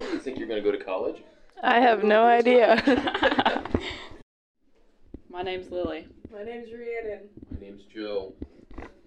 you think you're going to go to college? I have no idea. My name's Lily. My name's Rhiannon. My name's Joe.